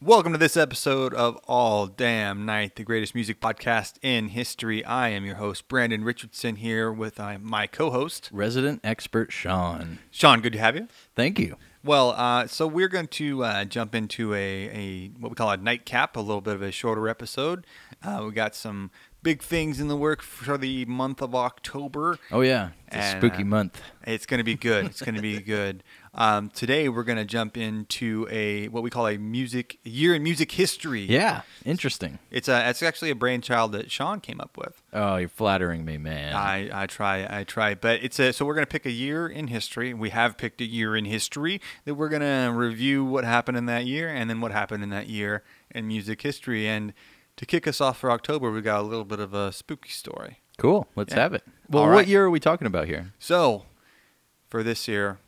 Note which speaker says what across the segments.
Speaker 1: Welcome to this episode of All Damn Night, the greatest music podcast in history. I am your host, Brandon Richardson, here with uh, my co host,
Speaker 2: Resident expert Sean.
Speaker 1: Sean. Good to have you.
Speaker 2: Thank you.
Speaker 1: Well, uh, so we're going to uh, jump into a, a what we call a nightcap, a little bit of a shorter episode. Uh, we got some big things in the work for the month of October.
Speaker 2: Oh yeah, it's a
Speaker 1: And,
Speaker 2: spooky
Speaker 1: uh,
Speaker 2: month.
Speaker 1: It's going to be good. It's going to be good. Um, today we're going to jump into a what we call a music year in music history.
Speaker 2: Yeah, interesting.
Speaker 1: It's a it's actually a brainchild that Sean came up with.
Speaker 2: Oh, you're flattering me, man.
Speaker 1: I, I try I try, but it's a so we're gonna pick a year in history. We have picked a year in history that we're gonna review what happened in that year and then what happened in that year in music history. And to kick us off for October, we got a little bit of a spooky story.
Speaker 2: cool. Let's
Speaker 1: Yeah.
Speaker 2: have it. Well,
Speaker 1: All
Speaker 2: what
Speaker 1: right.
Speaker 2: year are we talking about here?
Speaker 1: So for this year,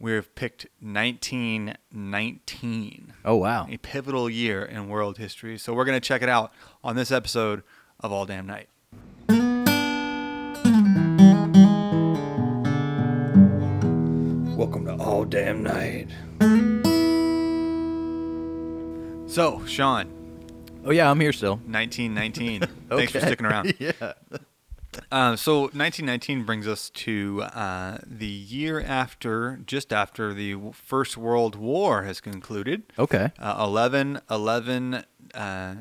Speaker 1: we've picked 1919,
Speaker 2: Oh wow.
Speaker 1: a pivotal year in world history. So we're gonna check it out on this episode of All Damn Night.
Speaker 2: Welcome to All Damn Night.
Speaker 1: So Sean,
Speaker 2: Oh yeah, I'm here still.
Speaker 1: 1919. Thanks for
Speaker 2: Okay.
Speaker 1: sticking around.
Speaker 2: yeah.
Speaker 1: Uh, so 1919 brings us to uh, the year after, just after the w- First World War has concluded.
Speaker 2: Okay.
Speaker 1: Uh, 11, 11, uh,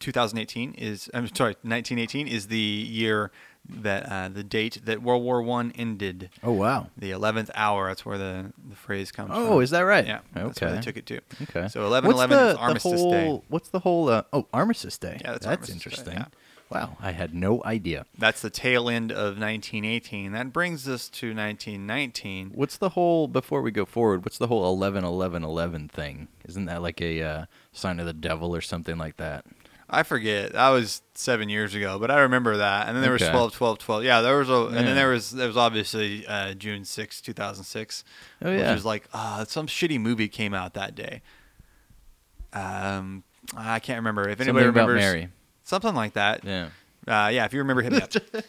Speaker 1: 2018 is, I'm sorry, 1918 is the year that, uh, the date that World War One ended.
Speaker 2: Oh wow.
Speaker 1: The 11th hour, that's where the, the phrase comes from.
Speaker 2: Oh, is that right?
Speaker 1: Yeah.
Speaker 2: Okay.
Speaker 1: That's where they took it to.
Speaker 2: Okay.
Speaker 1: So 11,
Speaker 2: What's
Speaker 1: 11
Speaker 2: the,
Speaker 1: is
Speaker 2: the
Speaker 1: Armistice
Speaker 2: whole,
Speaker 1: Day.
Speaker 2: What's the whole? Uh, oh, Armistice Day.
Speaker 1: Yeah, that's Armistice Day,
Speaker 2: interesting.
Speaker 1: yeah.
Speaker 2: Wow, I had no idea.
Speaker 1: That's the tail end of 1918. That brings us to 1919.
Speaker 2: What's the whole before we go forward? What's the whole 11 11 11 thing? Isn't that like a uh, sign of the devil or something like that?
Speaker 1: I forget. That was seven years ago, but I remember that. And then there was
Speaker 2: Okay.
Speaker 1: 12, 12, 12. Yeah, there was a, and
Speaker 2: Yeah.
Speaker 1: then there was there was obviously uh, June 6, 2006.
Speaker 2: Oh,
Speaker 1: Which
Speaker 2: yeah.
Speaker 1: was like, uh, some shitty movie came out that day. Um, I can't remember. If anybody
Speaker 2: Something about
Speaker 1: remembers.
Speaker 2: Mary.
Speaker 1: Something like that.
Speaker 2: Yeah.
Speaker 1: Uh, yeah, if you remember, hit me up.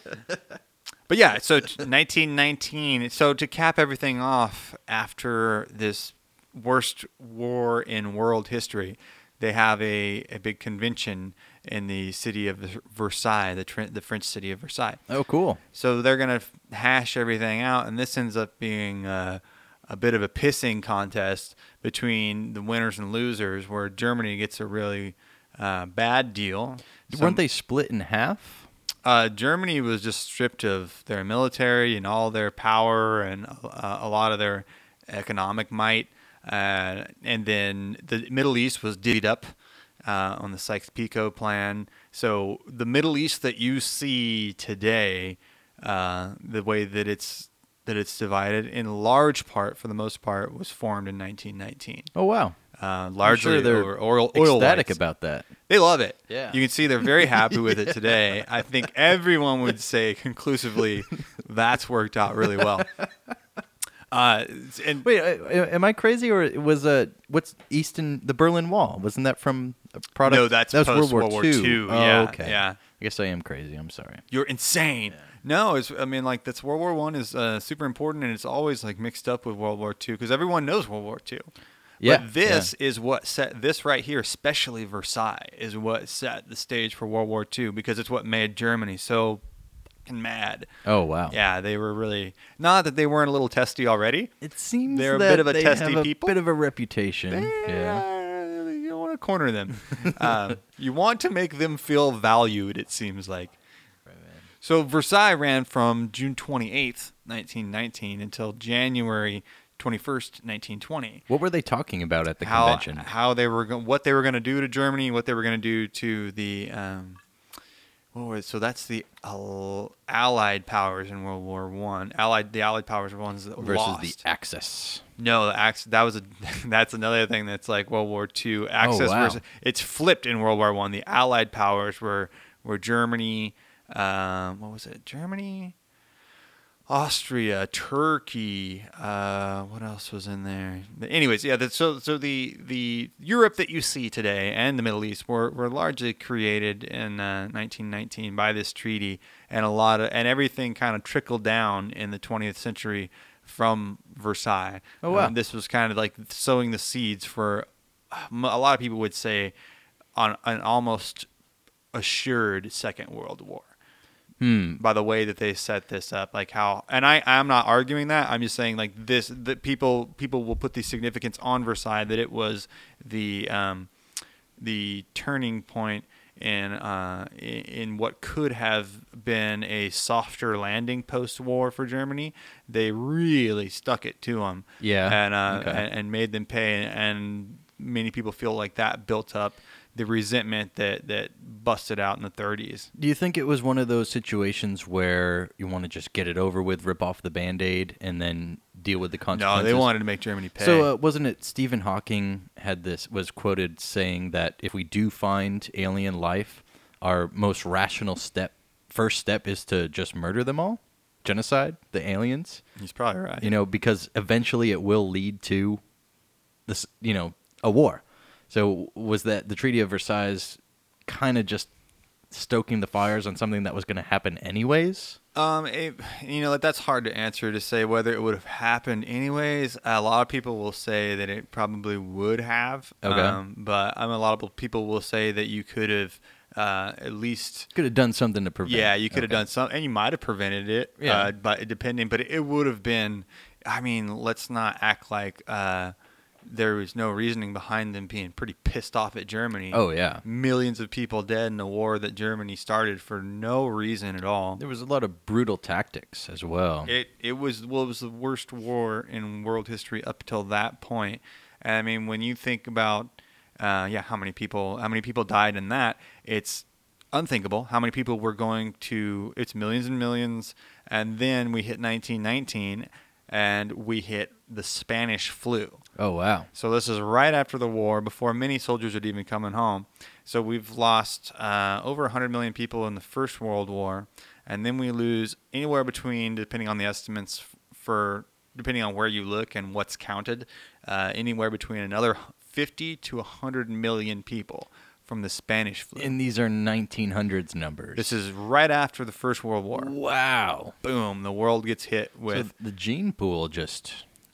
Speaker 1: but yeah, so t- 1919. So to cap everything off after this worst war in world history, they have a, a big convention in the city of Versailles, the, Tr- the French city of Versailles.
Speaker 2: Oh, cool.
Speaker 1: So they're going to hash everything out, and this ends up being a, a bit of a pissing contest between the winners and losers, where Germany gets a really uh, bad deal. Some-
Speaker 2: Weren't they split in half?
Speaker 1: uh, Germany was just stripped of their military and all their power and uh, a lot of their economic might. Uh, and then the Middle East was divvied up uh, on the Sykes-Picot plan. So the Middle East that you see today, uh, the way that it's that it's divided, in large part, for the most part, was formed in 1919.
Speaker 2: Oh, wow.
Speaker 1: Uh,
Speaker 2: I'm
Speaker 1: largely
Speaker 2: sure they're
Speaker 1: over oil, oil
Speaker 2: ecstatic
Speaker 1: rights.
Speaker 2: about that.
Speaker 1: They love it.
Speaker 2: Yeah.
Speaker 1: You can see they're very happy with it today. I think everyone would say conclusively that's worked out really well. Uh, and
Speaker 2: Wait, I- I- am I crazy or was uh, what's Eastern the Berlin Wall? Wasn't that from a product?
Speaker 1: No, that's
Speaker 2: that was World War
Speaker 1: post-World War
Speaker 2: II.
Speaker 1: II,
Speaker 2: Oh,
Speaker 1: yeah,
Speaker 2: okay.
Speaker 1: yeah.
Speaker 2: I guess I am crazy. I'm sorry.
Speaker 1: you're insane. No, it's I mean like that's World War One is uh, super important and it's always like mixed up with World War Two because everyone knows World War Two.
Speaker 2: Yeah,
Speaker 1: but this is what set this right here, especially Versailles, is what set the stage for World War Two because it's what made Germany so fucking mad.
Speaker 2: Oh, wow.
Speaker 1: Yeah, they were really not that they weren't a little testy already.
Speaker 2: It seems
Speaker 1: They're a
Speaker 2: that
Speaker 1: bit of a
Speaker 2: they
Speaker 1: testy
Speaker 2: have a
Speaker 1: people. uh,
Speaker 2: bit of a reputation. Yeah.
Speaker 1: Yeah, You don't want to corner them. um, you want to make them feel valued, it seems like. So Versailles ran from June 28th, 1919, until January 21st, 1920.
Speaker 2: What were they talking about at the
Speaker 1: how,
Speaker 2: convention?
Speaker 1: how they were go- what they were going to do to Germany, what they were going to do to the um, what were so that's the al- Allied powers in World War One. Allied the Allied powers were ones that
Speaker 2: versus
Speaker 1: lost.
Speaker 2: the Axis.
Speaker 1: No, the ax that was a that's another thing that's like World War II Axis
Speaker 2: wow.
Speaker 1: versus it's flipped in World War One. The Allied powers were were Germany, um, what was it? Germany, Austria, Turkey. Uh, what else was in there? Anyways, yeah. That, so so the the Europe that you see today and the Middle East were, were largely created in uh, 1919 by this treaty, and a lot of and everything kind of trickled down in the 20th century from Versailles.
Speaker 2: Oh, wow.
Speaker 1: Um, this was kind of like sowing the seeds for m- a lot of people would say on an almost assured second world war
Speaker 2: Hmm.
Speaker 1: by the way that they set this up like how and i i'm not arguing that i'm just saying like this that people people will put the significance on versailles that it was the um the turning point in uh i- in what could have been a softer landing post war for germany they really stuck it to them
Speaker 2: Yeah,
Speaker 1: and uh
Speaker 2: okay.
Speaker 1: and, and made them pay and many people feel like that built up the resentment that that busted out in the 30s
Speaker 2: Do you think it was one of those situations where you want to just get it over with, rip off the band aid, and then deal with the
Speaker 1: no
Speaker 2: consequences?
Speaker 1: they wanted to make germany pay
Speaker 2: So uh, wasn't it Stephen Hawking had this was quoted saying that if we do find alien life, our most rational step, first step, is to just murder them all, genocide the aliens.
Speaker 1: He's probably right.
Speaker 2: You know, because eventually it will lead to this, you know, a war. So was that the Treaty of Versailles kind of just stoking the fires on something that was going to happen anyways?
Speaker 1: um, it, you know, that's hard to answer to say whether it would have happened anyways. A lot of people will say that it probably would have.
Speaker 2: Okay.
Speaker 1: Um, but um, a lot of people will say that you could have uh, at least.
Speaker 2: Could have done something to prevent.
Speaker 1: Yeah, you could have
Speaker 2: Okay.
Speaker 1: done some, and you might have prevented it.
Speaker 2: Yeah.
Speaker 1: Uh, but depending, but it would have been. I mean, let's not act like uh, there was no reasoning behind them being pretty pissed off at Germany.
Speaker 2: Oh yeah.
Speaker 1: Millions of people dead in a war that Germany started for no reason at all.
Speaker 2: There was a lot of brutal tactics as well.
Speaker 1: It it was well, it was the worst war in world history up till that point. And, I mean, when you think about uh, yeah, how many people how many people died in that? It's unthinkable how many people were going to. It's millions and millions. And then we hit 1919, and we hit the Spanish flu.
Speaker 2: oh wow.
Speaker 1: So this is right after the war, before many soldiers had even coming home. So we've lost uh, over 100 million people in the First World War, and then we lose anywhere between, depending on the estimates, f- for depending on where you look and what's counted, uh, anywhere between another 50 to 100 million people from the Spanish flu.
Speaker 2: And these are 1900s numbers.
Speaker 1: this is right after the First World War.
Speaker 2: wow.
Speaker 1: Boom! The world gets hit
Speaker 2: So
Speaker 1: with
Speaker 2: the gene pool just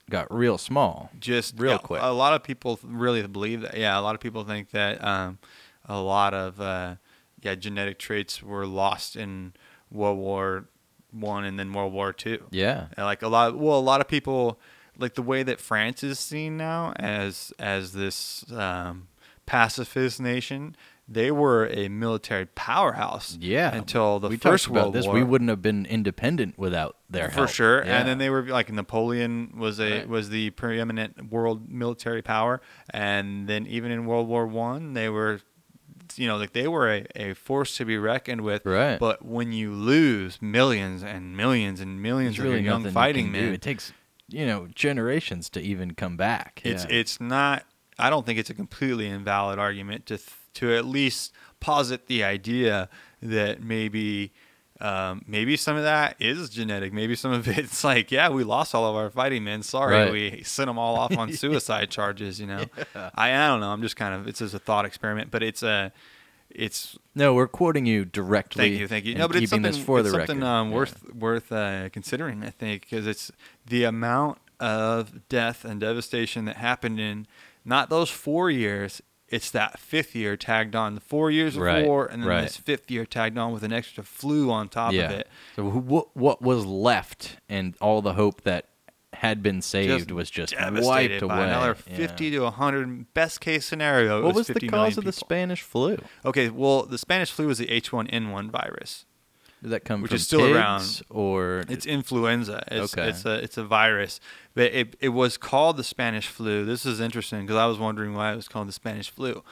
Speaker 2: got real small.
Speaker 1: just
Speaker 2: Real
Speaker 1: yeah,
Speaker 2: quick.
Speaker 1: A lot of people really believe that. Yeah, a lot of people think that um, a lot of uh, yeah genetic traits were lost in World War One and then World War Two.
Speaker 2: Yeah.
Speaker 1: And, like a lot well a lot of people like the way that france is seen now as as this um, pacifist nation they were a military powerhouse
Speaker 2: Yeah.
Speaker 1: until the
Speaker 2: we
Speaker 1: first
Speaker 2: talked about
Speaker 1: world
Speaker 2: this.
Speaker 1: war
Speaker 2: We wouldn't have been independent without their
Speaker 1: for
Speaker 2: help.
Speaker 1: sure
Speaker 2: Yeah.
Speaker 1: and then they were like napoleon was a
Speaker 2: Right.
Speaker 1: was the preeminent world military power and then even in world war one they were you know like they were a, a force to be reckoned with
Speaker 2: Right.
Speaker 1: but when you lose millions and millions and millions of
Speaker 2: There's really
Speaker 1: your young
Speaker 2: nothing you
Speaker 1: fighting
Speaker 2: can do.
Speaker 1: men
Speaker 2: It takes you know generations to even come back.
Speaker 1: it's
Speaker 2: yeah.
Speaker 1: it's not i don't think it's a completely invalid argument to th- to at least posit the idea that maybe um, maybe some of that is genetic maybe some of it's like yeah we lost all of our fighting men sorry
Speaker 2: Right.
Speaker 1: we sent them all off on suicide charges you know I, I don't know i'm just kind of it's just a thought experiment but it's a it's
Speaker 2: no, we're quoting you directly.
Speaker 1: Thank you, thank you.
Speaker 2: and
Speaker 1: No, but it's
Speaker 2: keeping
Speaker 1: something,
Speaker 2: this for
Speaker 1: it's
Speaker 2: the
Speaker 1: something
Speaker 2: record.
Speaker 1: um,
Speaker 2: Yeah.
Speaker 1: worth worth uh, considering, I think, because it's the amount of death and devastation that happened in not those four years. It's that fifth year tagged on the four years of
Speaker 2: Right,
Speaker 1: war, and then
Speaker 2: right.
Speaker 1: this fifth year tagged on with an extra flu on top
Speaker 2: yeah.
Speaker 1: of it.
Speaker 2: So wh- what what was left and all the hope that had been saved was just
Speaker 1: devastated
Speaker 2: wiped away.
Speaker 1: by another
Speaker 2: Yeah.
Speaker 1: 50 to 100 best case scenario. it
Speaker 2: What was
Speaker 1: 50
Speaker 2: the
Speaker 1: million
Speaker 2: cause of the
Speaker 1: people.
Speaker 2: Spanish flu?
Speaker 1: Okay, well, the Spanish flu was the H1N1 virus.
Speaker 2: Did that come
Speaker 1: Which
Speaker 2: from
Speaker 1: is still around.
Speaker 2: pigs, or
Speaker 1: It's influenza. It's,
Speaker 2: Okay.
Speaker 1: it's a it's a virus, but it it was called the Spanish flu. This is interesting because I was wondering why it was called the Spanish flu.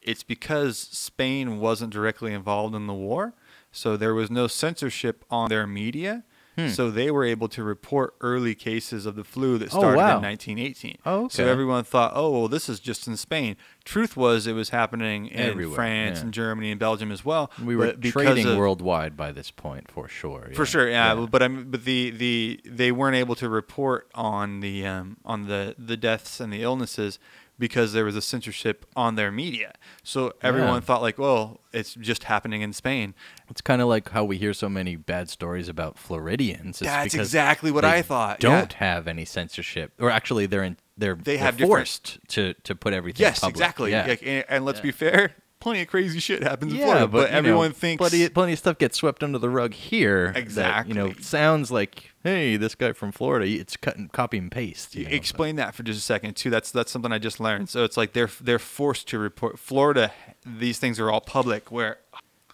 Speaker 1: It's because Spain wasn't directly involved in the war, so there was no censorship on their media.
Speaker 2: Hmm.
Speaker 1: So they were able to report early cases of the flu that
Speaker 2: Oh,
Speaker 1: started
Speaker 2: wow.
Speaker 1: in 1918.
Speaker 2: Oh,
Speaker 1: So
Speaker 2: okay.
Speaker 1: everyone thought, oh, well, this is just in Spain. Truth was, it was happening in
Speaker 2: Everywhere,
Speaker 1: France
Speaker 2: yeah.
Speaker 1: and Germany and Belgium as well.
Speaker 2: we were
Speaker 1: but because
Speaker 2: trading
Speaker 1: of-
Speaker 2: worldwide by this point for sure.
Speaker 1: for sure, yeah. But I'm, but the, the they weren't able to report on the um, on the the deaths and the illnesses because there was a censorship on their media. So everyone
Speaker 2: Yeah.
Speaker 1: thought like, well, it's just happening in Spain.
Speaker 2: It's kind of like how we hear so many bad stories about Floridians. It's
Speaker 1: That's
Speaker 2: because
Speaker 1: exactly what
Speaker 2: they
Speaker 1: I thought, yeah.
Speaker 2: Don't have any censorship, or actually, they're in, they're
Speaker 1: They
Speaker 2: they're
Speaker 1: have different-
Speaker 2: forced to to put everything.
Speaker 1: Yes,
Speaker 2: public.
Speaker 1: exactly.
Speaker 2: Yeah,
Speaker 1: Like, and, and let's
Speaker 2: Yeah.
Speaker 1: be fair, plenty of crazy shit happens in
Speaker 2: Yeah,
Speaker 1: Florida,
Speaker 2: but,
Speaker 1: but,
Speaker 2: you know,
Speaker 1: everyone thinks
Speaker 2: plenty, plenty of stuff gets swept under the rug here. That, you know,
Speaker 1: Exactly.
Speaker 2: sounds like hey, this guy from Florida, it's cut and copy and paste.
Speaker 1: E,
Speaker 2: You know,
Speaker 1: explain that for just a second too. That's that's something I just learned. So it's like they're they're forced to report. Florida, these things are all public. Where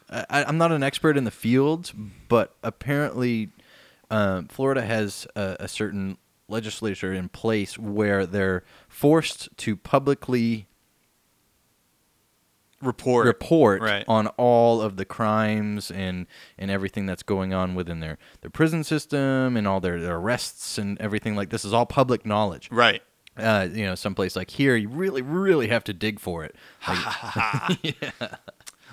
Speaker 2: I, I'm not an expert in the field, but apparently, um, Florida has a, a certain legislature in place where they're forced to publicly
Speaker 1: report
Speaker 2: report
Speaker 1: Right.
Speaker 2: on all of the crimes and and everything that's going on within their their prison system and all their, their arrests and everything like this is all public knowledge.
Speaker 1: right.
Speaker 2: Uh, you know, someplace like here, you really, really have to dig for it. Like,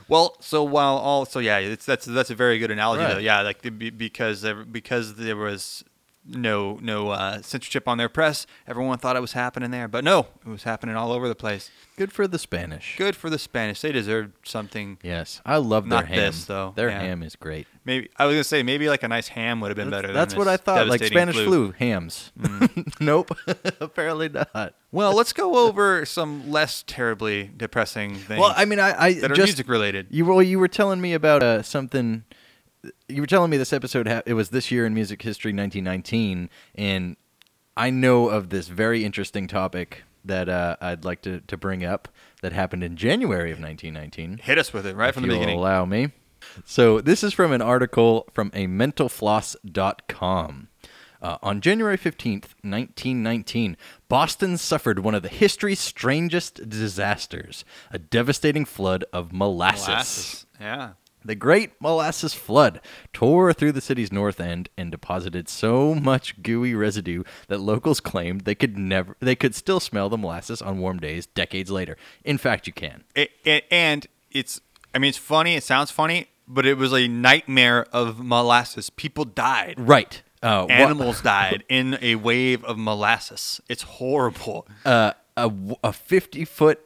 Speaker 1: Well, so while all so yeah, it's, that's that's a very good analogy
Speaker 2: Right.
Speaker 1: though. Yeah, like the- be- because there- because there was no no uh, censorship on their press, everyone thought it was happening there, but no, it was happening all over the place.
Speaker 2: good for the Spanish.
Speaker 1: Good for the Spanish; they deserved something.
Speaker 2: Yes, I love their
Speaker 1: Not
Speaker 2: ham.
Speaker 1: this, though.
Speaker 2: Their
Speaker 1: Yeah.
Speaker 2: ham is great.
Speaker 1: Maybe I was gonna say maybe like a nice ham would have been
Speaker 2: That's-
Speaker 1: better.
Speaker 2: That's
Speaker 1: than
Speaker 2: what
Speaker 1: this
Speaker 2: I thought. Like
Speaker 1: devastating Mm.
Speaker 2: Spanish flu, hams. nope, apparently not.
Speaker 1: Well, let's go over some less terribly depressing things.
Speaker 2: Well, I mean, I, I
Speaker 1: that are
Speaker 2: just
Speaker 1: music related.
Speaker 2: you. Well, you were telling me about uh, something. You were telling me this episode. Ha- it was this year in music history, 1919, and I know of this very interesting topic that uh, I'd like to, to bring up that happened in January of 1919.
Speaker 1: Hit us with it right
Speaker 2: if
Speaker 1: from the
Speaker 2: you'll
Speaker 1: beginning.
Speaker 2: Allow me. So this is from an article from a mentalfloss.com. Uh, on January 15th, 1919, Boston suffered one of the history's strangest disasters, a devastating flood of molasses.
Speaker 1: Molasses. Yeah.
Speaker 2: The Great Molasses Flood tore through the city's north end and deposited so much gooey residue that locals claimed they could never they could still smell the molasses on warm days decades later. In fact, you can.
Speaker 1: It, it, and it's, I mean, it's funny. It sounds funny, but it was a nightmare of molasses. People died.
Speaker 2: Right. Uh, wha-
Speaker 1: Animals died in a wave of molasses. It's horrible.
Speaker 2: uh, a, w- a 50 foot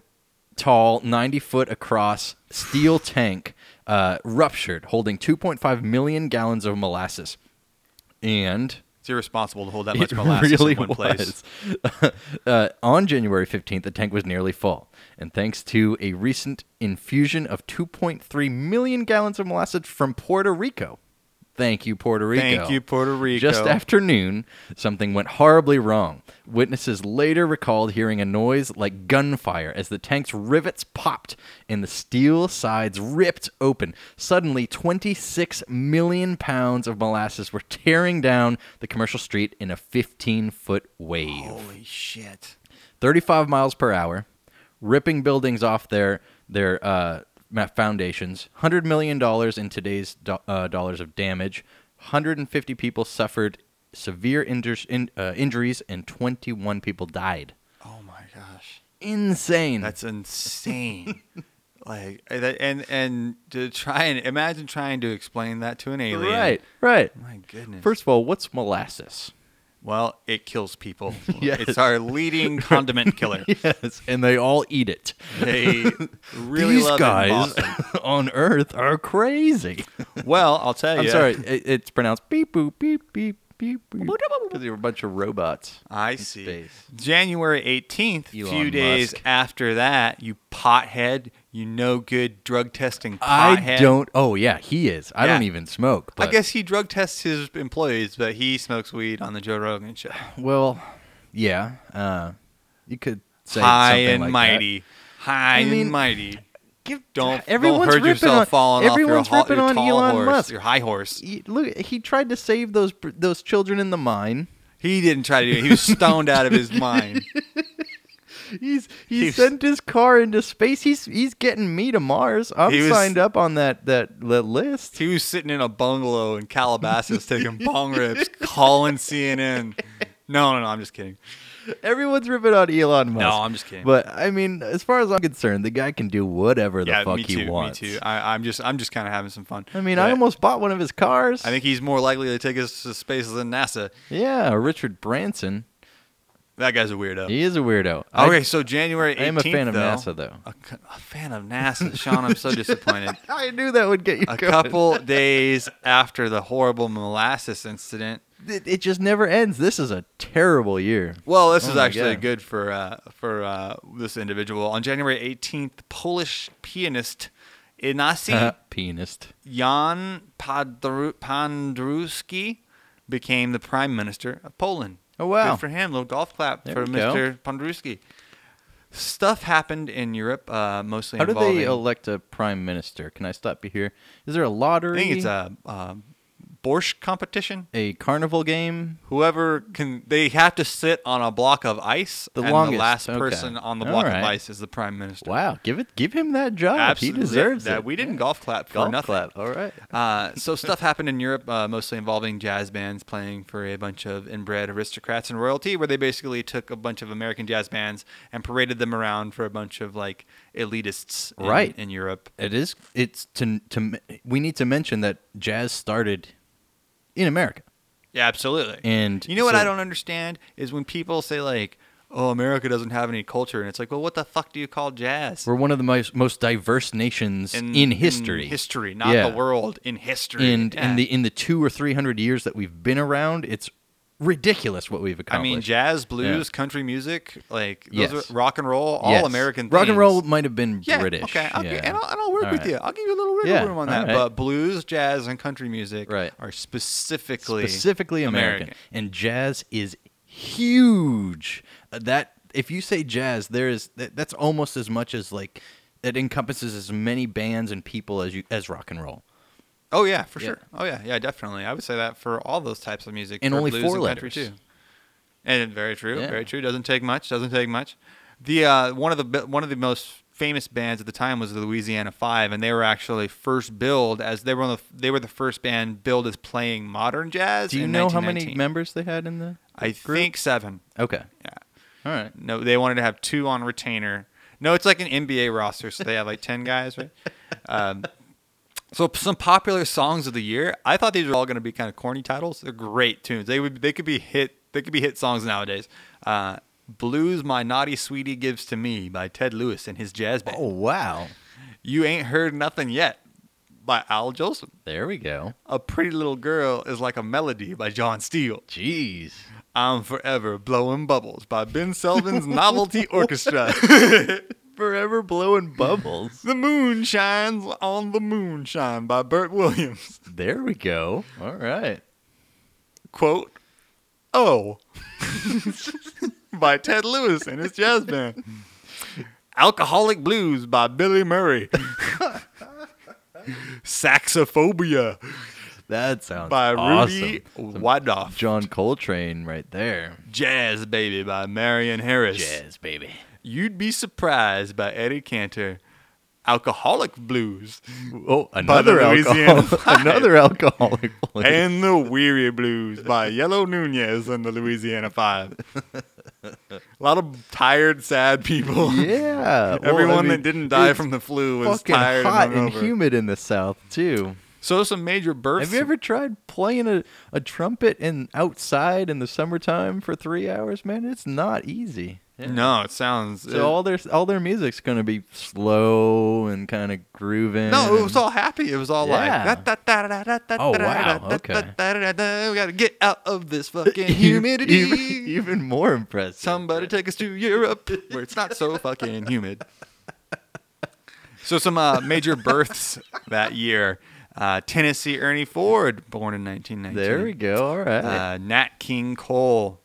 Speaker 2: tall, 90 foot across steel tank uh, ruptured, holding 2.5 million gallons of molasses. And
Speaker 1: It's irresponsible to hold that much
Speaker 2: it
Speaker 1: molasses
Speaker 2: really
Speaker 1: in one place.
Speaker 2: was. uh, on January 15th, the tank was nearly full. And thanks to a recent infusion of 2.3 million gallons of molasses from Puerto Rico. Thank you, Puerto Rico.
Speaker 1: Thank you, Puerto Rico.
Speaker 2: Just after noon, something went horribly wrong. Witnesses later recalled hearing a noise like gunfire as the tank's rivets popped and the steel sides ripped open. Suddenly, 26 million pounds of molasses were tearing down the commercial street in a 15 foot wave.
Speaker 1: Holy shit.
Speaker 2: 35 miles per hour, ripping buildings off their their uh, ma- foundations. Hundred million dollars in today's do- uh, dollars of damage. 150 people suffered severe injur- in, uh, injuries, and 21 people died.
Speaker 1: Oh my gosh.
Speaker 2: Insane.
Speaker 1: That's insane. like and and- and to try and imagine trying to explain that to an alien.
Speaker 2: right, right.
Speaker 1: My goodness.
Speaker 2: First of all, what's molasses?
Speaker 1: well, it kills people.
Speaker 2: Yes.
Speaker 1: It's our leading condiment killer.
Speaker 2: yes, and they all eat it.
Speaker 1: They really
Speaker 2: These
Speaker 1: love it in
Speaker 2: guys
Speaker 1: Boston.
Speaker 2: on Earth are crazy.
Speaker 1: Well, I'll tell you.
Speaker 2: I'm sorry, it, it's pronounced beep boop beep beep beep boop because they were a bunch of robots.
Speaker 1: I see.
Speaker 2: space.
Speaker 1: January 18th,
Speaker 2: Elon
Speaker 1: few days
Speaker 2: Musk.
Speaker 1: after that, you pothead, you no good drug testing pothead.
Speaker 2: I don't. Oh yeah, he is. I
Speaker 1: Yeah.
Speaker 2: don't even smoke. But,
Speaker 1: I guess he drug tests his employees, but he smokes weed on the Joe Rogan show.
Speaker 2: Well, yeah. Uh, you could say
Speaker 1: High
Speaker 2: something
Speaker 1: and
Speaker 2: like that.
Speaker 1: mighty. High
Speaker 2: I mean,
Speaker 1: and mighty.
Speaker 2: Give,
Speaker 1: Don't
Speaker 2: everyone's
Speaker 1: don't hurt
Speaker 2: ripping
Speaker 1: yourself
Speaker 2: on,
Speaker 1: falling
Speaker 2: everyone's
Speaker 1: off your, ho-
Speaker 2: ripping
Speaker 1: your tall
Speaker 2: on Elon
Speaker 1: horse,
Speaker 2: Musk.
Speaker 1: your high horse.
Speaker 2: He- look, he tried to save those those children in the mine.
Speaker 1: He didn't try to do it. He was stoned out of his mind.
Speaker 2: He's he,
Speaker 1: He was-
Speaker 2: sent his car into space. He's he's getting me to Mars. I'm
Speaker 1: He was-
Speaker 2: signed up on that that, that list.
Speaker 1: He was sitting in a bungalow in Calabasas taking bong rips, calling CNN. No, no, no. I'm just kidding.
Speaker 2: Everyone's ripping on Elon Musk.
Speaker 1: I'm just kidding.
Speaker 2: But I mean, as far as I'm concerned, the guy can do whatever the
Speaker 1: yeah,
Speaker 2: fuck
Speaker 1: me
Speaker 2: he
Speaker 1: too.
Speaker 2: wants.
Speaker 1: Me too. I, I'm just, I'm just kind of having some fun.
Speaker 2: I mean,
Speaker 1: But
Speaker 2: I almost bought one of his cars.
Speaker 1: I think he's more likely to take us to space than NASA.
Speaker 2: Yeah, Richard Branson.
Speaker 1: That guy's a weirdo.
Speaker 2: He is a weirdo. I-
Speaker 1: Oh. Okay, so January 18th.
Speaker 2: I am a fan of
Speaker 1: though-
Speaker 2: NASA, though.
Speaker 1: A, c- a fan of NASA, Sean. I'm so disappointed.
Speaker 2: I knew that would get you
Speaker 1: A
Speaker 2: going.
Speaker 1: couple days after the horrible molasses incident.
Speaker 2: It, it just never ends. This is a terrible year.
Speaker 1: Well, this
Speaker 2: Oh
Speaker 1: is
Speaker 2: my
Speaker 1: actually
Speaker 2: God.
Speaker 1: good for uh, for uh, this individual. On January 18th, Polish pianist Ignacy
Speaker 2: Uh-huh. Penist.
Speaker 1: Jan Podru- Pandruski became the prime minister of Poland.
Speaker 2: Oh, wow.
Speaker 1: Good for him. Little golf clap
Speaker 2: There
Speaker 1: for
Speaker 2: we go.
Speaker 1: Mr. Pandruski. Stuff happened in Europe, uh, mostly
Speaker 2: How do
Speaker 1: involving.
Speaker 2: they elect a prime minister? Can I stop you here? Is there a
Speaker 1: I
Speaker 2: lottery?
Speaker 1: think it's a um Borscht competition.
Speaker 2: a carnival game.
Speaker 1: Whoever can, they have to sit on a block of ice,
Speaker 2: The
Speaker 1: and
Speaker 2: longest,
Speaker 1: the last
Speaker 2: okay.
Speaker 1: person on the
Speaker 2: All
Speaker 1: block
Speaker 2: right.
Speaker 1: of ice is the prime minister.
Speaker 2: Wow, give it, give him that job.
Speaker 1: Absolutely.
Speaker 2: Oh, He deserves
Speaker 1: that.
Speaker 2: it.
Speaker 1: We didn't golf clap for
Speaker 2: Golf
Speaker 1: nothing.
Speaker 2: clap. All right.
Speaker 1: Uh, so stuff happened in Europe, uh, mostly involving jazz bands playing for a bunch of inbred aristocrats and royalty, where they basically took a bunch of American jazz bands and paraded them around for a bunch of like elitists, in,
Speaker 2: Right.
Speaker 1: in Europe.
Speaker 2: It is. It's to to. m- We need to mention that jazz started in America.
Speaker 1: Yeah, absolutely.
Speaker 2: And
Speaker 1: you know what I
Speaker 2: so-
Speaker 1: don't understand is when people say like, "Oh, America doesn't have any culture," and it's like, "Well, what the fuck do you call jazz?"
Speaker 2: We're one of the most most diverse nations in, history.
Speaker 1: history, not
Speaker 2: Yeah.
Speaker 1: the world. In history,
Speaker 2: And
Speaker 1: Yeah.
Speaker 2: in the in the two or three hundred years that we've been around, it's ridiculous what we've
Speaker 1: I
Speaker 2: accomplished.
Speaker 1: mean, jazz, blues, country music, like those
Speaker 2: Yes.
Speaker 1: are rock and roll, all
Speaker 2: Yes.
Speaker 1: American.
Speaker 2: rock and
Speaker 1: themes.
Speaker 2: roll might have been
Speaker 1: Yeah,
Speaker 2: British.
Speaker 1: Okay, I'll gi-
Speaker 2: yeah.
Speaker 1: and, I'll, and I'll work
Speaker 2: All
Speaker 1: with
Speaker 2: right.
Speaker 1: you. I'll give you a little wiggle
Speaker 2: Yeah,
Speaker 1: room on
Speaker 2: all
Speaker 1: that.
Speaker 2: right.
Speaker 1: But blues, jazz, and country music
Speaker 2: Right.
Speaker 1: are specifically
Speaker 2: specifically American.
Speaker 1: American.
Speaker 2: and jazz is huge. Uh, That if you say jazz, there is that, that's almost as much as like it encompasses as many bands and people as you as rock and roll,
Speaker 1: Oh yeah, for
Speaker 2: Yeah.
Speaker 1: sure. Oh yeah, yeah, definitely. I would say that for all those types of music,
Speaker 2: and
Speaker 1: for
Speaker 2: only
Speaker 1: blues
Speaker 2: four
Speaker 1: and country
Speaker 2: letters.
Speaker 1: too. And very true,
Speaker 2: Yeah.
Speaker 1: very true. Doesn't take much. Doesn't take much. The uh, one of the bi- one of the most famous bands at the time was the Louisiana Five, and they were actually first billed as they were on the, they were the first band billed as playing modern jazz.
Speaker 2: Do you
Speaker 1: in
Speaker 2: know how many
Speaker 1: 1919.
Speaker 2: members they had in the?
Speaker 1: I
Speaker 2: group?
Speaker 1: think seven.
Speaker 2: Okay.
Speaker 1: Yeah.
Speaker 2: All right.
Speaker 1: No, they wanted to have two on retainer. No, it's like an NBA roster, so they have like ten guys, right? Um, so some popular songs of the year. I thought these were all going to be kind of corny titles. They're great tunes. They would they could be hit. They could be hit songs nowadays. Uh, Blues My Naughty Sweetie Gives to Me by Ted Lewis and his jazz band.
Speaker 2: Oh wow.
Speaker 1: You Ain't Heard Nothing Yet by Al Jolson.
Speaker 2: There we go.
Speaker 1: A Pretty Little Girl is Like a Melody by John Steele.
Speaker 2: Jeez.
Speaker 1: I'm Forever Blowing Bubbles by Ben Selvin's Novelty Orchestra.
Speaker 2: Forever blowing bubbles.
Speaker 1: The Moon Shines on the Moonshine by Burt Williams.
Speaker 2: there we go. All right.
Speaker 1: Quote, Oh, by Ted Lewis and his jazz band. Alcoholic Blues by Billy Murray. Saxophobia
Speaker 2: That sounds
Speaker 1: by
Speaker 2: awesome.
Speaker 1: Rudy Wadoff.
Speaker 2: John Coltrane right there.
Speaker 1: Jazz Baby by Marion Harris.
Speaker 2: Jazz baby.
Speaker 1: You'd Be Surprised by Eddie Cantor. Alcoholic Blues
Speaker 2: Oh,
Speaker 1: By the
Speaker 2: another alcohol,
Speaker 1: Louisiana Five.
Speaker 2: another alcoholic. play.
Speaker 1: and the Weary Blues by Yellow Nunez and the Louisiana Five. A lot of tired, sad people.
Speaker 2: yeah, well, I
Speaker 1: Everyone
Speaker 2: mean,
Speaker 1: that didn't die
Speaker 2: it's
Speaker 1: from the flu was
Speaker 2: fucking
Speaker 1: tired
Speaker 2: hot
Speaker 1: and, hungover.
Speaker 2: humid in the South too.
Speaker 1: So some major births.
Speaker 2: Have you ever tried playing a, a trumpet in outside in the summertime for three hours, man? It's not easy.
Speaker 1: No, it sounds. it-
Speaker 2: So all their all their music's gonna be slow and kind of grooving.
Speaker 1: no, it
Speaker 2: and-
Speaker 1: was all happy. It was all
Speaker 2: Yeah.
Speaker 1: like.
Speaker 2: Oh, wow,
Speaker 1: We gotta get out of this fucking humidity.
Speaker 2: Even, even more impressive.
Speaker 1: Somebody take us to Europe where it's not so fucking humid. So some uh, major births that year. Uh, Tennessee Ernie Ford, born in 1919.
Speaker 2: there we go. All right.
Speaker 1: Uh, Nat King Cole,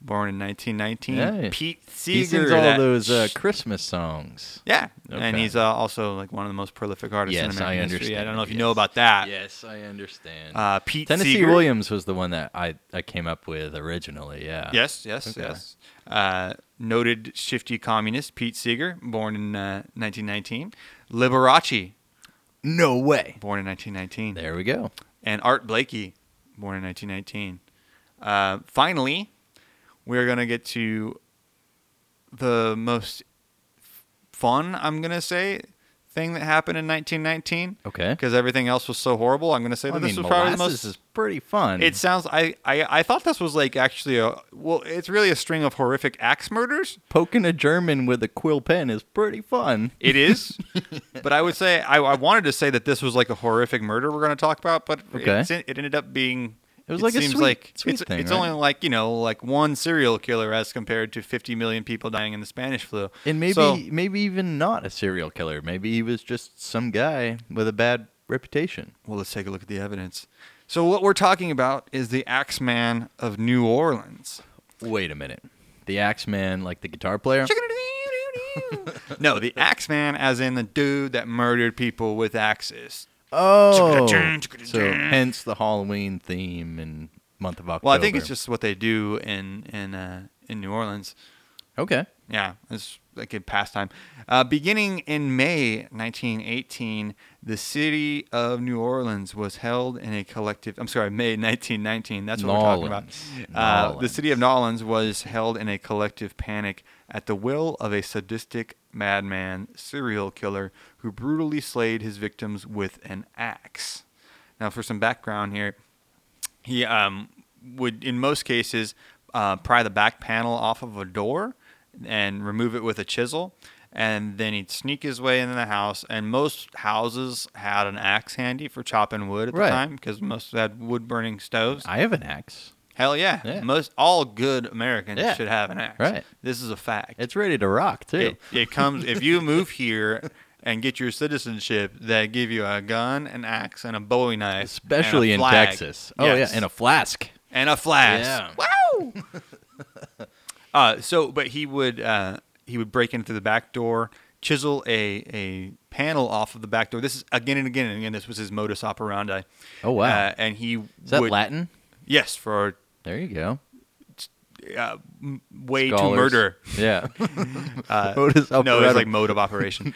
Speaker 1: born in 1919.
Speaker 2: Yeah.
Speaker 1: Pete Seeger.
Speaker 2: he sings all
Speaker 1: that-
Speaker 2: those uh, Christmas songs.
Speaker 1: yeah, and
Speaker 2: Okay.
Speaker 1: he's uh, also like one of the most prolific artists in
Speaker 2: Yes,
Speaker 1: American
Speaker 2: I
Speaker 1: history. I
Speaker 2: understand.
Speaker 1: don't know if you
Speaker 2: Yes.
Speaker 1: know about that.
Speaker 2: Yes, I understand.
Speaker 1: Uh, Pete
Speaker 2: Tennessee
Speaker 1: Seeger.
Speaker 2: Williams was the one that I, I came up with originally. Yeah.
Speaker 1: Yes, yes,
Speaker 2: Uh, Okay.
Speaker 1: yes. Uh, noted shifty communist Pete Seeger, born in uh, 1919. Liberace,
Speaker 2: No way.
Speaker 1: born in 1919.
Speaker 2: There we go.
Speaker 1: And Art Blakey, born in 1919. Uh, finally, we're going to get to the most fun, I'm going to say, thing that happened in 1919
Speaker 2: Okay.
Speaker 1: because everything else was so horrible. I'm going to say that
Speaker 2: I
Speaker 1: this
Speaker 2: mean,
Speaker 1: was probably
Speaker 2: molasses
Speaker 1: the most.
Speaker 2: is pretty fun.
Speaker 1: It sounds. I, I I thought this was like actually a well. It's really a string of horrific axe murders.
Speaker 2: poking a German with a quill pen is pretty fun.
Speaker 1: It is, but I would say I, I wanted to say that this was like a horrific murder we're going to talk about, but
Speaker 2: Okay.
Speaker 1: it's, it ended up being.
Speaker 2: It was like a
Speaker 1: seems
Speaker 2: sweet-
Speaker 1: like
Speaker 2: sweet
Speaker 1: it's,
Speaker 2: thing,
Speaker 1: it's
Speaker 2: right?
Speaker 1: only like you know like one serial killer as compared to 50 million people dying in the Spanish flu.
Speaker 2: And maybe
Speaker 1: So-
Speaker 2: maybe even not a serial killer. Maybe he was just some guy with a bad reputation.
Speaker 1: Well, let's take a look at the evidence. So what we're talking about is the Axeman of New Orleans.
Speaker 2: Wait a minute. The Axeman, like the guitar player?
Speaker 1: no, the Axeman, as in the dude that murdered people with axes.
Speaker 2: Oh.
Speaker 1: Chicka-da-dun,
Speaker 2: so
Speaker 1: chicka-da-dun.
Speaker 2: hence the Halloween theme and month of October.
Speaker 1: Well, I think it's just what they do in in uh, in New Orleans.
Speaker 2: Okay.
Speaker 1: Yeah, it's like a pastime. Uh, beginning in May 1918, the city of New Orleans was held in a collective. I'm sorry, May 1919. That's what we're talking
Speaker 2: Nolens.
Speaker 1: about. Uh, the
Speaker 2: Nolens.
Speaker 1: city of Nolens was held in a collective panic at the will of a sadistic madman serial killer who brutally slayed his victims with an axe. Now, for some background here, he um, would in most cases uh, pry the back panel off of a door and remove it with a chisel and then he'd sneak his way into the house and most houses had an axe handy for chopping wood at the
Speaker 2: Right.
Speaker 1: time because most had wood burning stoves
Speaker 2: I have an axe.
Speaker 1: hell yeah.
Speaker 2: Yeah.
Speaker 1: most all good americans
Speaker 2: Yeah.
Speaker 1: should have an axe
Speaker 2: Right.
Speaker 1: this is a fact
Speaker 2: It's ready to rock, too.
Speaker 1: it, it comes if you move here and get your citizenship they give you a gun an axe and a bowie knife
Speaker 2: Especially in
Speaker 1: and a flag.
Speaker 2: Texas. Oh,
Speaker 1: Yes
Speaker 2: yeah. And a flask.
Speaker 1: and a flask.
Speaker 2: Yeah.
Speaker 1: Wow. uh, so, but he would uh, he would break into the back door, chisel a a panel off of the back door. This is again and again and again. This was his modus operandi.
Speaker 2: Oh, wow.
Speaker 1: Uh, and he
Speaker 2: Is that
Speaker 1: would
Speaker 2: Latin?
Speaker 1: yes for
Speaker 2: There you go.
Speaker 1: uh, m- way to
Speaker 2: Scholars. Oh,
Speaker 1: murder.
Speaker 2: Yeah.
Speaker 1: Uh,
Speaker 2: Modus
Speaker 1: No, it's
Speaker 2: operandi.
Speaker 1: like mode of operation.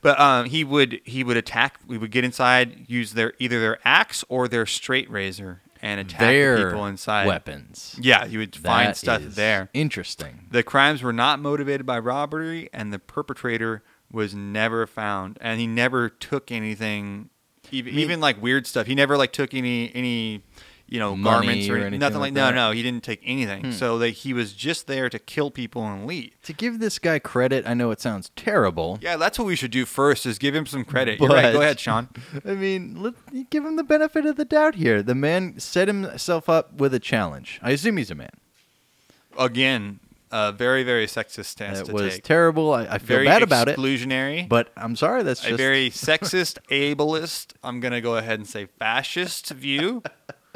Speaker 1: but um, he would he would attack. We would get inside, use their either their axe or their straight razor and attack the
Speaker 2: Their
Speaker 1: people inside.
Speaker 2: weapons.
Speaker 1: Yeah, you would find
Speaker 2: That
Speaker 1: stuff
Speaker 2: is
Speaker 1: there.
Speaker 2: Interesting.
Speaker 1: The crimes were not motivated by robbery, and the perpetrator was never found. And he never took anything, even, even like weird stuff. He never like took any any you know
Speaker 2: Money
Speaker 1: garments or,
Speaker 2: or
Speaker 1: any-
Speaker 2: anything
Speaker 1: nothing
Speaker 2: like
Speaker 1: like, no
Speaker 2: that? Hmm.
Speaker 1: no he didn't take anything. So that he was just there to kill people and leave.
Speaker 2: To give this guy credit, I know it sounds terrible.
Speaker 1: Yeah, that's what we should do first is give him some credit. You're right. Go
Speaker 2: But-
Speaker 1: ahead, Sean.
Speaker 2: I mean, let you give him the benefit of the doubt here. The man set himself up with a challenge. I assume he's a man.
Speaker 1: Again, a very very sexist stance
Speaker 2: It
Speaker 1: to
Speaker 2: was
Speaker 1: take.
Speaker 2: terrible. I, I feel
Speaker 1: very
Speaker 2: bad about it,
Speaker 1: exclusionary.
Speaker 2: but I'm sorry. That's
Speaker 1: a
Speaker 2: just
Speaker 1: very sexist, ableist. I'm gonna go ahead and say fascist view.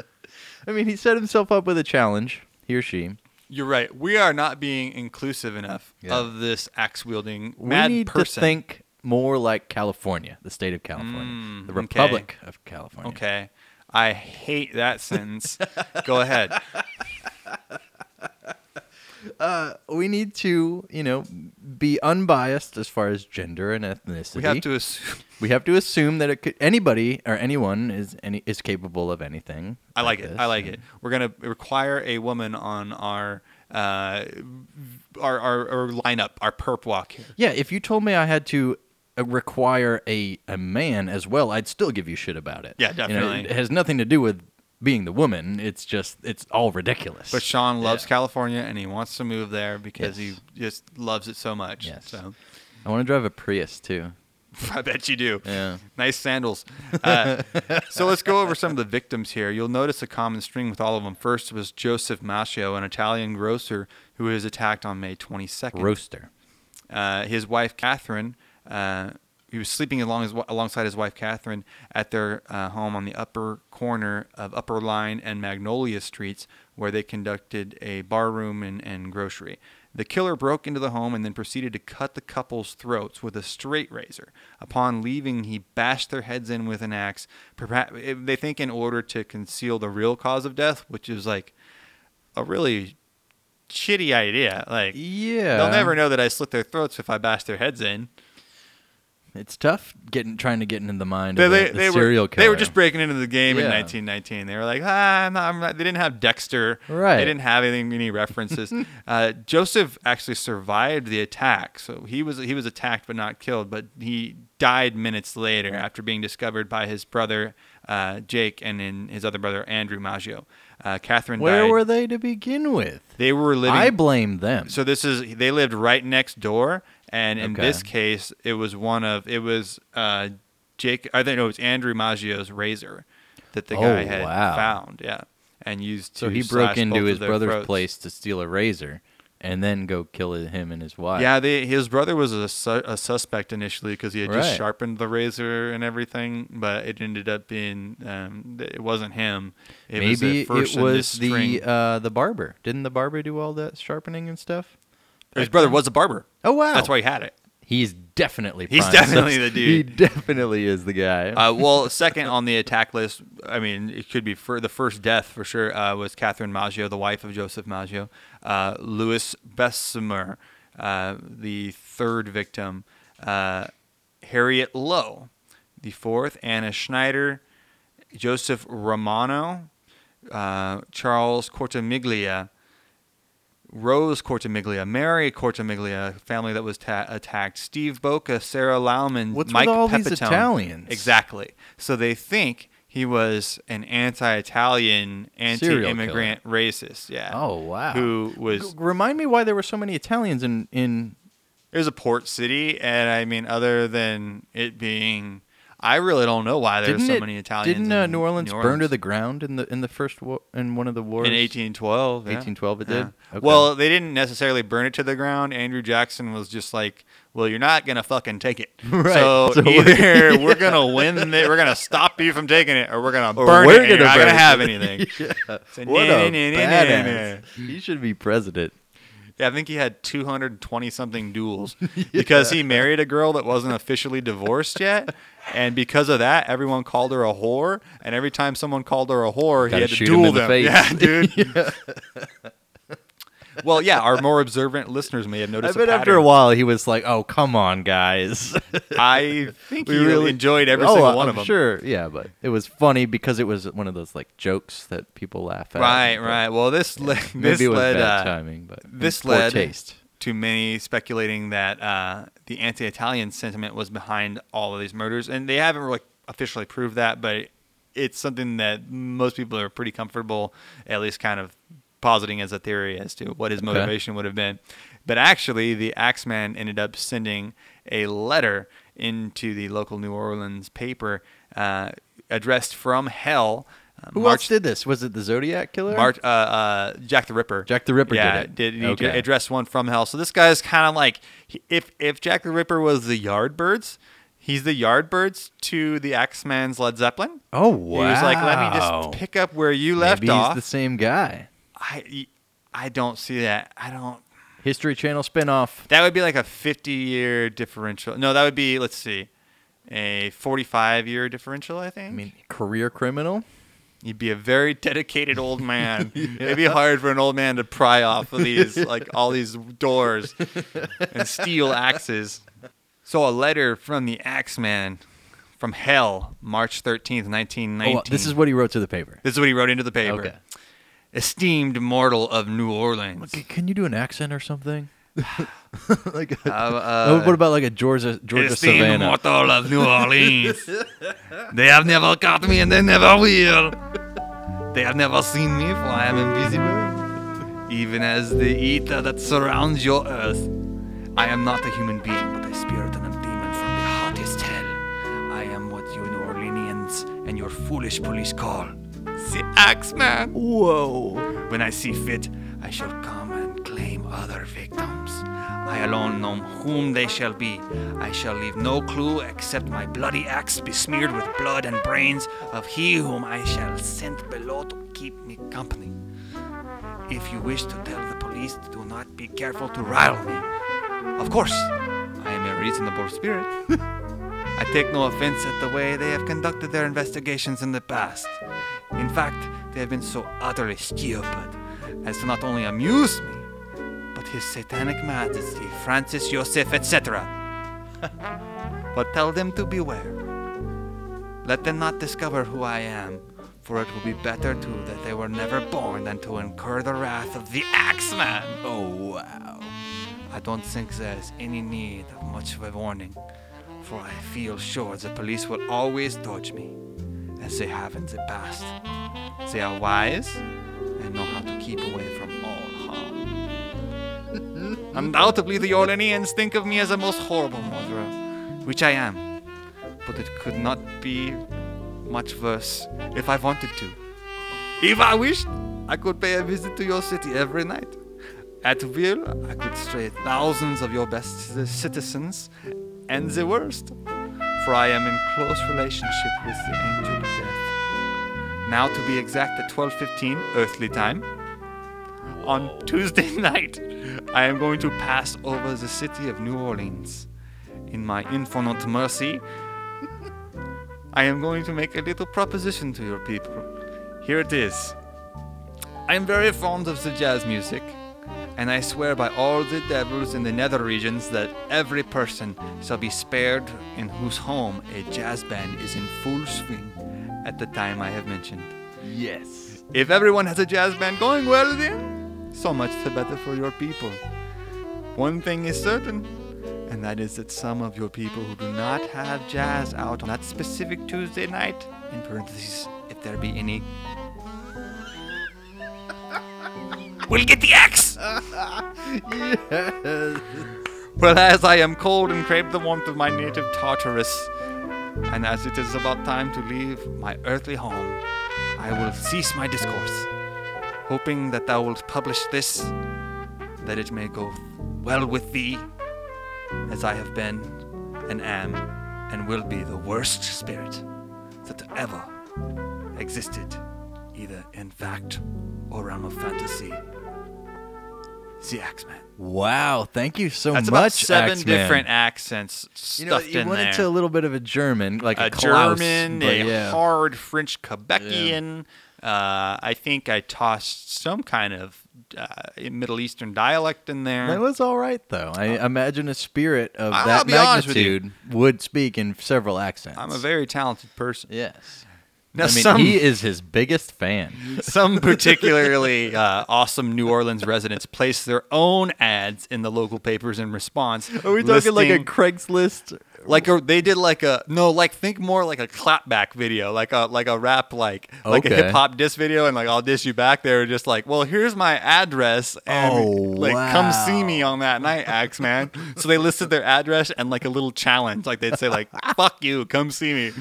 Speaker 2: I mean, he set himself up with a challenge. He or she.
Speaker 1: You're right. We are not being inclusive enough
Speaker 2: Yeah.
Speaker 1: of this axe wielding
Speaker 2: We
Speaker 1: mad
Speaker 2: need
Speaker 1: person.
Speaker 2: to think more like California, the state of California,
Speaker 1: Mm,
Speaker 2: the
Speaker 1: okay.
Speaker 2: Republic of California.
Speaker 1: okay. I hate that sentence. Go ahead.
Speaker 2: We need to, you know, be unbiased as far as gender and ethnicity.
Speaker 1: We have to assume.
Speaker 2: We have to assume that it could, anybody or anyone is any is capable of anything.
Speaker 1: I like it.
Speaker 2: this.
Speaker 1: I like it. We're gonna require a woman on our uh, our, our our lineup, our perp walk here.
Speaker 2: Yeah, if you told me I had to uh, require a a man as well, I'd still give you shit about it.
Speaker 1: Yeah,
Speaker 2: You know,
Speaker 1: definitely.
Speaker 2: it has nothing to do with being the woman. It's just it's all ridiculous.
Speaker 1: But Sean loves
Speaker 2: Yeah.
Speaker 1: California and he wants to move there because
Speaker 2: Yes.
Speaker 1: he just loves it so much.
Speaker 2: Yes.
Speaker 1: So
Speaker 2: I want to drive a Prius too.
Speaker 1: I bet you do.
Speaker 2: Yeah.
Speaker 1: Nice sandals. Uh, so let's go over some of the victims here. You'll notice a common string with all of them. First was Joseph Mascio, an Italian grocer who was attacked on May 22nd.
Speaker 2: Roaster.
Speaker 1: Uh, his wife Catherine. Uh, he was sleeping along his, alongside his wife Catherine at their uh, home on the upper corner of Upper Line and Magnolia Streets, where they conducted a barroom and, and grocery. The killer broke into the home and then proceeded to cut the couple's throats with a straight razor. Upon leaving, he bashed their heads in with an axe. Perhaps they think in order to conceal the real cause of death, which is like a really shitty idea. Like
Speaker 2: Yeah.
Speaker 1: They'll never know that I slit their throats if I bash their heads in.
Speaker 2: It's tough getting trying to get into the mind
Speaker 1: They,
Speaker 2: of
Speaker 1: they,
Speaker 2: a, a
Speaker 1: they
Speaker 2: serial
Speaker 1: were,
Speaker 2: killer.
Speaker 1: they were just breaking into the game in
Speaker 2: Yeah.
Speaker 1: 1919. They were like, ah, I'm not, I'm not- they didn't have Dexter.
Speaker 2: Right.
Speaker 1: They didn't have anything, any references. uh, Joseph actually survived the attack, so he was he was attacked but not killed. But he died minutes later after being discovered by his brother uh, Jake and then his other brother Andrew Maggio. Uh, Catherine
Speaker 2: Where
Speaker 1: died.
Speaker 2: were they to begin with?
Speaker 1: they were living
Speaker 2: I blame them.
Speaker 1: so this is they lived right next door, and in
Speaker 2: Okay.
Speaker 1: this case, it was one of it was uh, Jake. I think no, it was Andrew Maggio's razor that the guy
Speaker 2: Oh,
Speaker 1: had
Speaker 2: wow.
Speaker 1: found. Yeah, and used. To
Speaker 2: so he
Speaker 1: slash
Speaker 2: broke into
Speaker 1: both of
Speaker 2: his
Speaker 1: their
Speaker 2: brother's
Speaker 1: throats.
Speaker 2: place to steal a razor, and then go kill him and his wife.
Speaker 1: Yeah, they, his brother was a, su- a suspect initially because he had just
Speaker 2: Right.
Speaker 1: sharpened the razor and everything, but it ended up being um, th- it wasn't him. It was
Speaker 2: Maybe
Speaker 1: the first
Speaker 2: it
Speaker 1: in this
Speaker 2: was the
Speaker 1: string.
Speaker 2: uh, the barber. Didn't the barber do all that sharpening and stuff?
Speaker 1: his brother was a barber.
Speaker 2: Oh wow,
Speaker 1: That's why he had it.
Speaker 2: he's definitely
Speaker 1: He's
Speaker 2: prime
Speaker 1: definitely
Speaker 2: suspect.
Speaker 1: the
Speaker 2: He
Speaker 1: dude.
Speaker 2: definitely is the guy.
Speaker 1: Uh, well, second on the attack list, I mean, it could be for the first death for sure uh, was Catherine Maggio, the wife of Joseph Maggio, uh, Louis Bessemer, uh, the third victim, uh, Harriet Lowe, the fourth, Anna Schneider, Joseph Romano, uh, Charles Cortamiglia, Rose Cortamiglia, Mary Cortamiglia, family that was ta- attacked, Steve Boca, Sarah Lauman,
Speaker 2: What's with
Speaker 1: Mike
Speaker 2: all these
Speaker 1: Pepitone.
Speaker 2: Italians?
Speaker 1: Exactly. So they think he was an anti-Italian,
Speaker 2: Serial
Speaker 1: anti-immigrant racist. Yeah.
Speaker 2: oh wow.
Speaker 1: Who was?
Speaker 2: G- remind me why there were so many Italians in in
Speaker 1: It was a port city, and I mean, other than it being, I really don't know why there were
Speaker 2: didn't
Speaker 1: so
Speaker 2: it-
Speaker 1: many Italians.
Speaker 2: Didn't uh,
Speaker 1: in
Speaker 2: New, Orleans burn to the ground in the in the first war, in one of the wars?
Speaker 1: in 1812. yeah.
Speaker 2: 1812 it
Speaker 1: Yeah.
Speaker 2: did? Okay.
Speaker 1: Well, they didn't necessarily burn it to the ground. Andrew Jackson was just like, "Well, you're not gonna fucking take it.
Speaker 2: Right.
Speaker 1: So,
Speaker 2: So we're-
Speaker 1: either we're gonna win it, we're gonna stop you from taking it, or we're gonna burn
Speaker 2: we're
Speaker 1: it. and you're
Speaker 2: gonna
Speaker 1: not
Speaker 2: burn
Speaker 1: gonna
Speaker 2: it."
Speaker 1: have anything." So,
Speaker 2: What
Speaker 1: nah,
Speaker 2: a
Speaker 1: nah, nah, nah, nah, nah.
Speaker 2: badass. He should be president.
Speaker 1: Yeah, I think he had 220 something duels because he married a girl that wasn't officially divorced yet. And because of that, everyone called her a whore. And every time someone called her a whore, he
Speaker 2: Gotta
Speaker 1: had to
Speaker 2: shoot him
Speaker 1: duel
Speaker 2: in the
Speaker 1: them.
Speaker 2: face.
Speaker 1: Yeah, dude. Well, yeah, our more observant listeners may have
Speaker 2: I
Speaker 1: noticed.
Speaker 2: bet
Speaker 1: a
Speaker 2: after a
Speaker 1: pattern.
Speaker 2: while he was like, "Oh, come on, guys."
Speaker 1: I think
Speaker 2: We
Speaker 1: he
Speaker 2: really-
Speaker 1: really enjoyed every
Speaker 2: oh,
Speaker 1: single
Speaker 2: I'm
Speaker 1: one of them.
Speaker 2: Sure, yeah, but it was funny because it was one of those like jokes that people laugh at.
Speaker 1: Right,
Speaker 2: but
Speaker 1: right. Well, this le-
Speaker 2: Maybe
Speaker 1: this
Speaker 2: it was
Speaker 1: led
Speaker 2: bad
Speaker 1: uh,
Speaker 2: timing, but
Speaker 1: this
Speaker 2: poor
Speaker 1: led-
Speaker 2: taste.
Speaker 1: to many speculating that uh, the anti-Italian sentiment was behind all of these murders, and they haven't really officially proved that, but it's something that most people are pretty comfortable, at least kind of positing as a theory as to what his motivation would have been. But actually, the Axeman ended up sending a letter into the local New Orleans paper uh, addressed from hell. uh,
Speaker 2: Who else
Speaker 1: March
Speaker 2: did this? Was it the Zodiac killer?
Speaker 1: Mart, uh, uh, Jack the Ripper.
Speaker 2: Jack the Ripper
Speaker 1: yeah,
Speaker 2: did it.
Speaker 1: he
Speaker 2: Okay.
Speaker 1: addressed one from hell? So this guy's kind of like he- if if Jack the Ripper was the Yardbirds, he's the Yardbirds to the Axeman's Led Zeppelin.
Speaker 2: Oh wow!
Speaker 1: He was like, let me just pick up where you left
Speaker 2: Maybe
Speaker 1: off.
Speaker 2: He's the same guy.
Speaker 1: I I don't see that. I don't.
Speaker 2: History Channel spinoff.
Speaker 1: That would be like a 50 year differential. No, that would be let's see, a 45 year differential. I think.
Speaker 2: I mean, career criminal.
Speaker 1: You'd be a very dedicated old man. It'd be hard for an old man to pry off of these, like all these doors and steel axes. So a letter from the Axeman from hell, March 13th, 1919.
Speaker 2: Oh, this is what he wrote to the paper.
Speaker 1: This is what he wrote into the paper.
Speaker 2: Okay.
Speaker 1: Esteemed mortal of New Orleans.
Speaker 2: C- Can you do an accent or something? like, a-
Speaker 1: uh,
Speaker 2: what about like a Georgia Georgia
Speaker 1: Esteemed
Speaker 2: Savannah?
Speaker 1: mortal of New Orleans. they have never caught me and they never will. They have never seen me, for I am invisible. Even as the ether that surrounds your earth, I am not a human being, but a spirit and a demon from the hottest hell. I am what you New Orleanians and your foolish police call the Axeman.
Speaker 2: Whoa!
Speaker 1: When I see fit, I shall come and claim other victims. I alone know whom they shall be. I shall leave no clue except my bloody axe besmeared with blood and brains of he whom I shall send below to keep me company. If you wish to tell the police, do not be careful to rile me. Of course, I am a reasonable spirit. I take no offense at the way they have conducted their investigations in the past. In fact, they have been so utterly stupid as to not only amuse me, but His Satanic Majesty, Francis Joseph, etc. But tell them to beware. Let them not discover who I am, for it will be better too that they were never born than to incur the wrath of the Axeman.
Speaker 2: Oh, wow.
Speaker 1: I don't think there's any need of much of a warning, for I feel sure the police will always dodge me, as they have in the past. They are wise and know how to keep away from all harm. Undoubtedly, the Orleanians think of me as a most horrible murderer, which I am, but it could not be much worse if I wanted to. If I wished, I could pay a visit to your city every night. At will, I could stray thousands of your best c- citizens and the worst, for I am in close relationship with the angel of death. Now, to be exact, at 12:15 earthly time, on Tuesday night, I am going to pass over the city of New Orleans. In my infinite mercy, I am going to make a little proposition to your people. Here it is. I am very fond of the jazz music, and I swear by all the devils in the nether regions that every person shall be spared in whose home a jazz band is in full swing at the time I have mentioned.
Speaker 2: Yes.
Speaker 1: If everyone has a jazz band going well, then so much the better for your people. One thing is certain, and that is that some of your people who do not have jazz out on that specific Tuesday night, in parentheses, if there be any, will get the axe!
Speaker 2: Yes.
Speaker 1: Whereas I am cold and crave the warmth of my native Tartarus, and as it is about time to leave my earthly home, I will cease my discourse, hoping that thou wilt publish this, that it may go well with thee, as I have been, and am, and will be the worst spirit that ever existed, either in fact or realm of fantasy. The Axeman.
Speaker 2: Wow. Thank you so
Speaker 1: That's
Speaker 2: much.
Speaker 1: about seven
Speaker 2: Axeman.
Speaker 1: different accents
Speaker 2: You know,
Speaker 1: stuffed
Speaker 2: you
Speaker 1: in
Speaker 2: went
Speaker 1: there.
Speaker 2: into a little bit of a German, like a,
Speaker 1: a
Speaker 2: Klaus,
Speaker 1: German,
Speaker 2: but
Speaker 1: a
Speaker 2: yeah.
Speaker 1: hard French Quebecian. Uh, I think I tossed some kind of uh, Middle Eastern dialect in there.
Speaker 2: That was all right, though. I imagine a spirit of
Speaker 1: Uh, I'll
Speaker 2: that
Speaker 1: be honest with you.
Speaker 2: magnitude would speak in several accents.
Speaker 1: I'm a very talented person.
Speaker 2: yes.
Speaker 1: Now,
Speaker 2: I mean,
Speaker 1: some,
Speaker 2: he is his biggest fan.
Speaker 1: some particularly uh, awesome New Orleans residents place their own ads in the local papers in response.
Speaker 2: Are we talking like a
Speaker 1: listing-
Speaker 2: Craigslist?
Speaker 1: like a, they did like a no like think more like a clapback video like a like a rap like like a
Speaker 2: Okay.
Speaker 1: hip hop diss video and like I'll diss you back they were just like well here's my address and
Speaker 2: Oh,
Speaker 1: like come see
Speaker 2: wow.
Speaker 1: me on that night axe man so they listed their address and like a little challenge like they'd say like fuck you come see me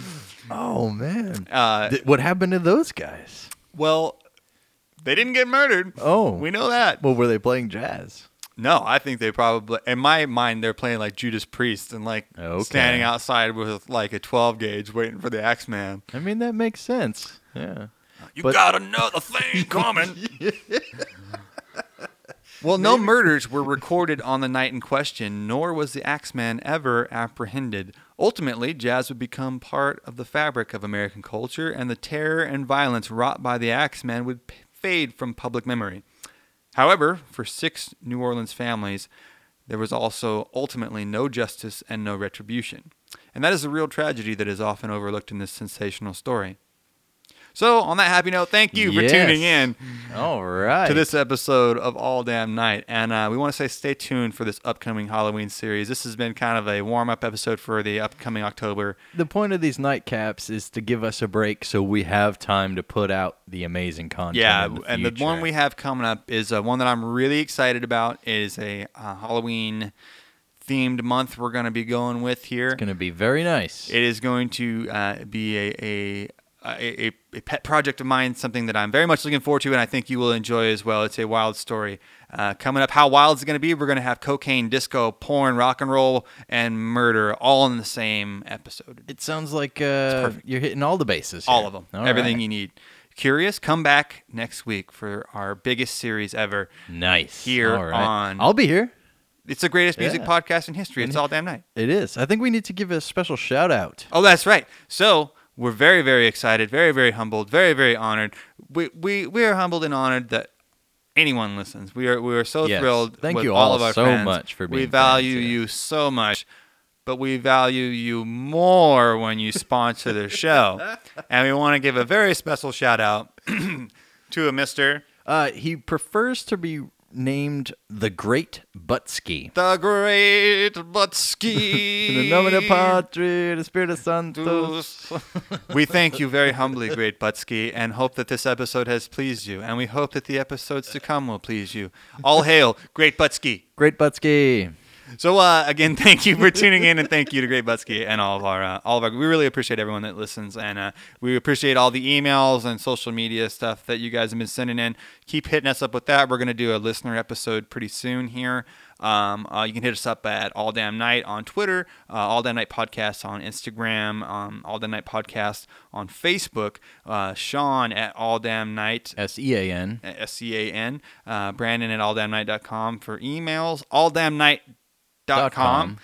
Speaker 2: Oh man,
Speaker 1: Uh,
Speaker 2: Th- what happened to those guys?
Speaker 1: well they didn't get murdered
Speaker 2: Oh.
Speaker 1: we know that
Speaker 2: Well, were they playing jazz?
Speaker 1: No, I think they probably in my mind they're playing like Judas Priest and like
Speaker 2: Okay.
Speaker 1: standing outside with like a 12 gauge waiting for the Axeman.
Speaker 2: I mean, that makes sense. Yeah.
Speaker 1: You
Speaker 2: But-
Speaker 1: got another thing coming. well, no murders were recorded on the night in question, nor was the Axeman ever apprehended. Ultimately, jazz would become part of the fabric of American culture, and the terror and violence wrought by the Axeman would p- fade from public memory. However, for six New Orleans families, there was also ultimately no justice and no retribution. And that is a real tragedy that is often overlooked in this sensational story. So, on that happy note, thank you for
Speaker 2: Yes.
Speaker 1: tuning in
Speaker 2: All right.
Speaker 1: to this episode of All Damn Night. And uh, we want to say stay tuned for this upcoming Halloween series. This has been kind of a warm up episode for the upcoming October.
Speaker 2: the point of these nightcaps is to give us a break so we have time to put out the amazing content.
Speaker 1: Yeah,
Speaker 2: in the
Speaker 1: and the one
Speaker 2: future.
Speaker 1: we have coming up is uh, one that I'm really excited about. It is a uh, Halloween themed month we're going to be going with here.
Speaker 2: It's gonna be very nice.
Speaker 1: It is going to uh, be a a, a a a pet project of mine, something that I'm very much looking forward to, and I think you will enjoy as well. It's a wild story uh, coming up. How wild is it going to be? We're going to have cocaine, disco, porn, rock and roll, and murder all in the same episode.
Speaker 2: It sounds like uh, you're hitting all the bases.
Speaker 1: All
Speaker 2: here.
Speaker 1: of them.
Speaker 2: All
Speaker 1: Everything
Speaker 2: right.
Speaker 1: you need. Curious, come back next week for our biggest series ever.
Speaker 2: nice
Speaker 1: here
Speaker 2: All right.
Speaker 1: on-
Speaker 2: I'll be here.
Speaker 1: It's the greatest music
Speaker 2: Yeah.
Speaker 1: podcast in history. It's all damn night.
Speaker 2: It is. I think we need to give a special shout out.
Speaker 1: Oh, that's right. So we're very, very excited, very, very humbled, very, very honored. We we we are humbled and honored that anyone listens. We are we are so
Speaker 2: Yes.
Speaker 1: thrilled.
Speaker 2: Thank
Speaker 1: with
Speaker 2: you
Speaker 1: all
Speaker 2: all
Speaker 1: of our
Speaker 2: so
Speaker 1: friends.
Speaker 2: much for
Speaker 1: We
Speaker 2: being
Speaker 1: value
Speaker 2: fans, yeah.
Speaker 1: you so much. but we value you more when you sponsor the show. and we want to give a very special shout out to a Mr.
Speaker 2: Uh, he prefers to be named the Great Butsky.
Speaker 1: The Great Butsky.
Speaker 2: Patri, the Spirit of
Speaker 1: we thank you very humbly, Great Butsky, and hope that this episode has pleased you. And we hope that the episodes to come will please you. All hail, Great Butsky.
Speaker 2: Great Butsky.
Speaker 1: So uh, again, thank you for tuning in, and thank you to Great Butsky and all of our uh, all of our. We really appreciate everyone that listens, and uh, we appreciate all the emails and social media stuff that you guys have been sending in. Keep hitting us up with that. We're gonna do a listener episode pretty soon here. Um, uh, you can hit us up at All Damn Night on Twitter, uh, All Damn Night Podcast on Instagram, um, All Damn Night Podcast on Facebook. Uh, Sean at All Damn Night
Speaker 2: S E A N.
Speaker 1: S C A N. Uh, Brandon at alldamnight.com for emails. Alldamnight.com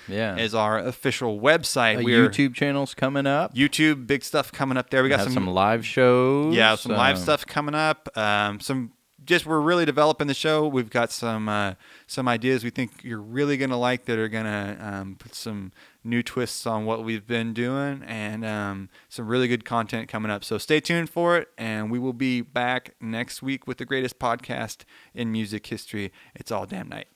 Speaker 2: Yeah.
Speaker 1: is our official website.
Speaker 2: Uh,
Speaker 1: We're
Speaker 2: YouTube channel's coming up.
Speaker 1: YouTube, big stuff coming up there. We got
Speaker 2: have
Speaker 1: some,
Speaker 2: some, live shows.
Speaker 1: yeah, some live
Speaker 2: um,
Speaker 1: stuff coming up. Um, some just we're really developing the show. We've got some uh, some ideas we think you're really gonna like that are gonna um, put some new twists on what we've been doing and um, some really good content coming up. So stay tuned for it, and we will be back next week with the greatest podcast in music history. It's all damn night.